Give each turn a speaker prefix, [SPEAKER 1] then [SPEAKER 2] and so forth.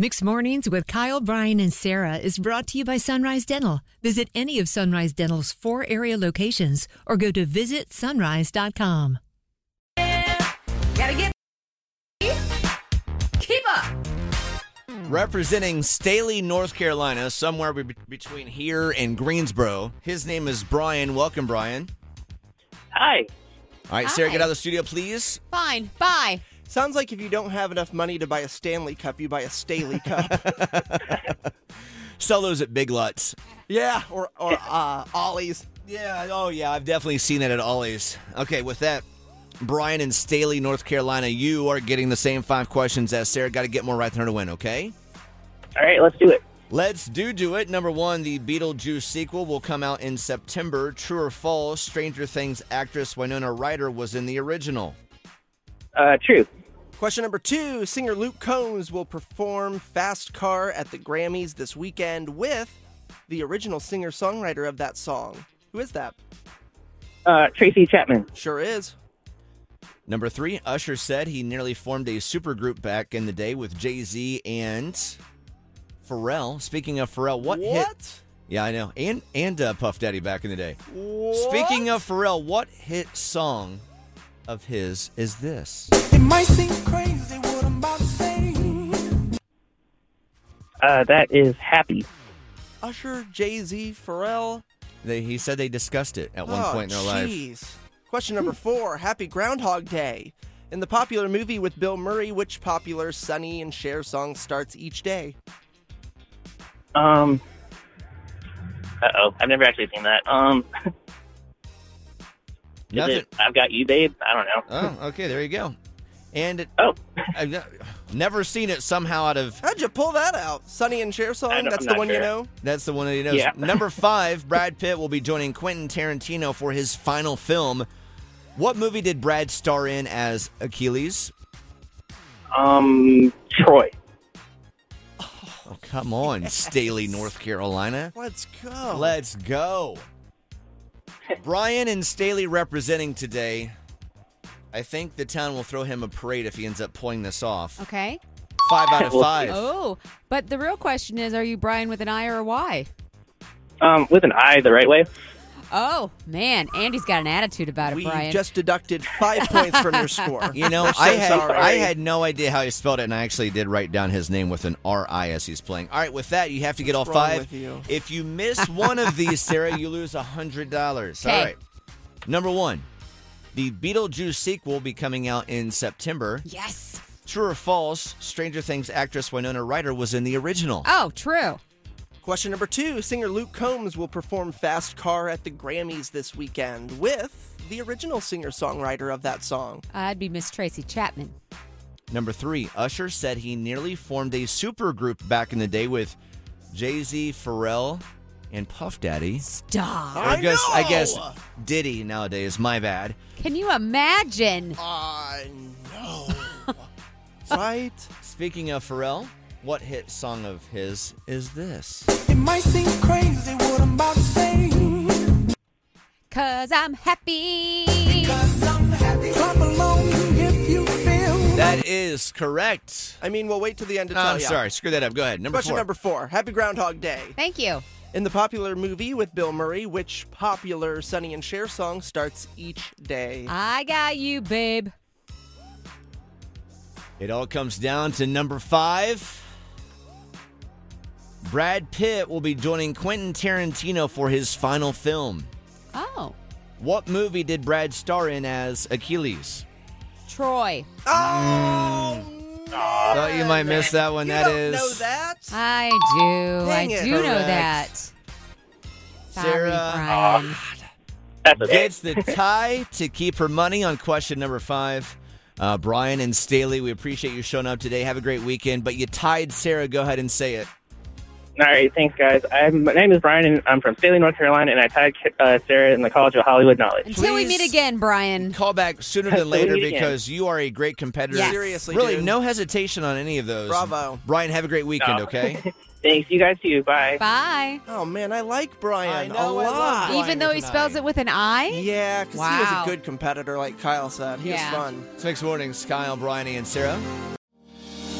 [SPEAKER 1] Mixed Mornings with Kyle, Brian, and Sarah is brought to you by Sunrise Dental. Visit any of Sunrise Dental's four area locations or go to visitsunrise.com.
[SPEAKER 2] Gotta get keep up.
[SPEAKER 3] Representing Staley, North Carolina, somewhere be- between here and Greensboro. His name is Brian. Welcome, Brian.
[SPEAKER 4] Hi.
[SPEAKER 3] All right, Sarah,
[SPEAKER 5] Hi.
[SPEAKER 3] get out of the studio, please.
[SPEAKER 5] Fine. Bye.
[SPEAKER 6] Sounds like if you don't have enough money to buy a Stanley Cup, you buy a Staley Cup.
[SPEAKER 3] Sell those at Big Lots.
[SPEAKER 6] yeah, or or uh, Ollie's.
[SPEAKER 3] Yeah, oh yeah, I've definitely seen that at Ollie's. Okay, with that, Brian in Staley, North Carolina, you are getting the same five questions as Sarah. Got to get more right than her to win, okay?
[SPEAKER 4] All right, let's do it.
[SPEAKER 3] Let's do do it. Number one, the Beetlejuice sequel will come out in September. True or false, Stranger Things actress Winona Ryder was in the original.
[SPEAKER 4] Uh, true.
[SPEAKER 6] Question number two: Singer Luke Combs will perform "Fast Car" at the Grammys this weekend with the original singer-songwriter of that song. Who is that?
[SPEAKER 4] Uh, Tracy Chapman.
[SPEAKER 6] Sure is.
[SPEAKER 3] Number three, Usher said he nearly formed a supergroup back in the day with Jay Z and Pharrell. Speaking of Pharrell, what, hit?
[SPEAKER 6] What?
[SPEAKER 3] Yeah, I know. And and uh, Puff Daddy back in the day.
[SPEAKER 6] What?
[SPEAKER 3] Speaking of Pharrell, what hit song of his is this?
[SPEAKER 7] It might seem crazy what I'm about to say.
[SPEAKER 4] Uh, that is happy.
[SPEAKER 6] Usher, Jay Z, Pharrell.
[SPEAKER 3] They, he said they discussed it at one
[SPEAKER 6] One
[SPEAKER 3] point in their life.
[SPEAKER 6] Question number four: Happy Groundhog Day. In the popular movie with Bill Murray, which popular Sunny and Cher song starts each day?
[SPEAKER 4] Um, uh oh, I've never actually seen that. Um, is
[SPEAKER 3] Nothing.
[SPEAKER 4] it I've got you, babe. I don't know.
[SPEAKER 3] Oh, okay. There you go. And it,
[SPEAKER 4] Oh,
[SPEAKER 3] I've not- never seen it somehow out of.
[SPEAKER 6] How'd you pull that out? Sonny and Cher
[SPEAKER 4] I
[SPEAKER 6] song?
[SPEAKER 4] don't-
[SPEAKER 6] That's
[SPEAKER 4] I'm
[SPEAKER 6] the
[SPEAKER 4] not
[SPEAKER 6] one you
[SPEAKER 4] sure.
[SPEAKER 6] know?
[SPEAKER 3] That's the one that he knows.
[SPEAKER 4] Yeah.
[SPEAKER 3] Number five, Brad Pitt will be joining Quentin Tarantino for his final film. What movie did Brad star in as Achilles?
[SPEAKER 4] um, Troy.
[SPEAKER 3] Oh, come on, Staley, North Carolina.
[SPEAKER 6] Let's go.
[SPEAKER 3] Let's go. Brian and Staley representing today. I think the town will throw him a parade if he ends up pulling this off.
[SPEAKER 5] Okay.
[SPEAKER 3] Five out of
[SPEAKER 4] We'll see.
[SPEAKER 3] five.
[SPEAKER 5] Oh, but the real question is are you Brian with an I or a Y?
[SPEAKER 4] Um, with an I the right way.
[SPEAKER 5] Oh, man. Andy's got an attitude about it,
[SPEAKER 6] we
[SPEAKER 5] Brian.
[SPEAKER 6] just deducted five points from your score.
[SPEAKER 3] You know,
[SPEAKER 6] I'm so
[SPEAKER 3] I had
[SPEAKER 6] sorry.
[SPEAKER 3] I had no idea how he spelled it, and I actually did write down his name with an R I as he's playing. All right, with that, you have to get all
[SPEAKER 6] What's wrong
[SPEAKER 3] five.
[SPEAKER 6] with you?
[SPEAKER 3] If you miss one of these, Sarah, you lose a hundred dollars. All
[SPEAKER 5] Okay.
[SPEAKER 3] right. Number one, the Beetlejuice sequel will be coming out in September.
[SPEAKER 5] yes.
[SPEAKER 3] True or false? Stranger Things actress Winona Ryder was in the original.
[SPEAKER 5] Oh, true.
[SPEAKER 6] Question number two Singer Luke Combs will perform Fast Car at the Grammys this weekend with the original singer songwriter of that song.
[SPEAKER 5] I'd be Miss Tracy Chapman.
[SPEAKER 3] Number three, Usher said he nearly formed a supergroup back in the day with Jay Z, Pharrell, and Puff Daddy.
[SPEAKER 5] Stop.
[SPEAKER 3] I,
[SPEAKER 6] I
[SPEAKER 3] guess I
[SPEAKER 6] know!
[SPEAKER 3] guess Diddy nowadays. My bad.
[SPEAKER 5] Can you imagine?
[SPEAKER 6] I know. right?
[SPEAKER 3] Speaking of Pharrell, what hit song of his is this?
[SPEAKER 7] It might seem crazy what I'm about to say.
[SPEAKER 5] Because I'm happy.
[SPEAKER 7] Cause I'm happy. Clap along if you feel.
[SPEAKER 3] That is correct.
[SPEAKER 6] I mean, we'll wait till the end to tell
[SPEAKER 3] Uh, I'm
[SPEAKER 6] ya.
[SPEAKER 3] sorry, screw that up. Go ahead. Number
[SPEAKER 6] Question
[SPEAKER 3] four.
[SPEAKER 6] number four Happy Groundhog Day.
[SPEAKER 5] Thank you.
[SPEAKER 6] In the popular movie with Bill Murray, which popular Sonny and Cher song starts each day?
[SPEAKER 5] I got you, babe.
[SPEAKER 3] it all comes down to number five. Brad Pitt will be joining Quentin Tarantino for his final film.
[SPEAKER 5] Oh,
[SPEAKER 3] What movie did Brad star in as Achilles?
[SPEAKER 5] Troy.
[SPEAKER 3] Ah.
[SPEAKER 6] Oh, man.
[SPEAKER 3] Thought you might miss Mm, that one.
[SPEAKER 6] You
[SPEAKER 3] That
[SPEAKER 6] don't
[SPEAKER 3] is
[SPEAKER 6] know that.
[SPEAKER 5] I do.
[SPEAKER 6] Dang
[SPEAKER 5] I
[SPEAKER 6] it.
[SPEAKER 5] do know
[SPEAKER 3] Correct.
[SPEAKER 5] that. Sorry,
[SPEAKER 3] Sarah.
[SPEAKER 5] Brian.
[SPEAKER 6] Ah,
[SPEAKER 4] That's okay.
[SPEAKER 3] gets the tie to keep her money on question number five. Uh, Brian and Staley, we appreciate you showing up today. Have a great weekend. But you tied Sarah. Go ahead and say it.
[SPEAKER 4] All right, thanks, guys. I'm, my name is Brian, and I'm from Staley, North Carolina, and I tagged uh, Sarah in the College of Hollywood Knowledge.
[SPEAKER 5] Until we meet
[SPEAKER 3] Please.
[SPEAKER 5] again, Brian.
[SPEAKER 3] Call back sooner than later
[SPEAKER 4] Sweet.
[SPEAKER 3] because you are a great competitor.
[SPEAKER 5] Yes.
[SPEAKER 6] Seriously,
[SPEAKER 3] Really,
[SPEAKER 6] dude.
[SPEAKER 3] no hesitation on any of those.
[SPEAKER 6] Bravo.
[SPEAKER 3] Brian, have a great weekend,
[SPEAKER 4] No.
[SPEAKER 3] okay?
[SPEAKER 4] Thanks, you guys too. Bye.
[SPEAKER 5] Bye.
[SPEAKER 6] Oh man, I like Brian
[SPEAKER 3] I know,
[SPEAKER 6] a
[SPEAKER 3] I love
[SPEAKER 6] lot.
[SPEAKER 3] Brian.
[SPEAKER 5] Even though he
[SPEAKER 3] with an
[SPEAKER 5] spells
[SPEAKER 3] I.
[SPEAKER 5] it with an I?
[SPEAKER 6] Yeah, because he was
[SPEAKER 5] Wow.
[SPEAKER 6] a good competitor, like Kyle said. He
[SPEAKER 5] Yeah.
[SPEAKER 6] was fun.
[SPEAKER 3] it's next morning's Kyle, Brian, and Sarah.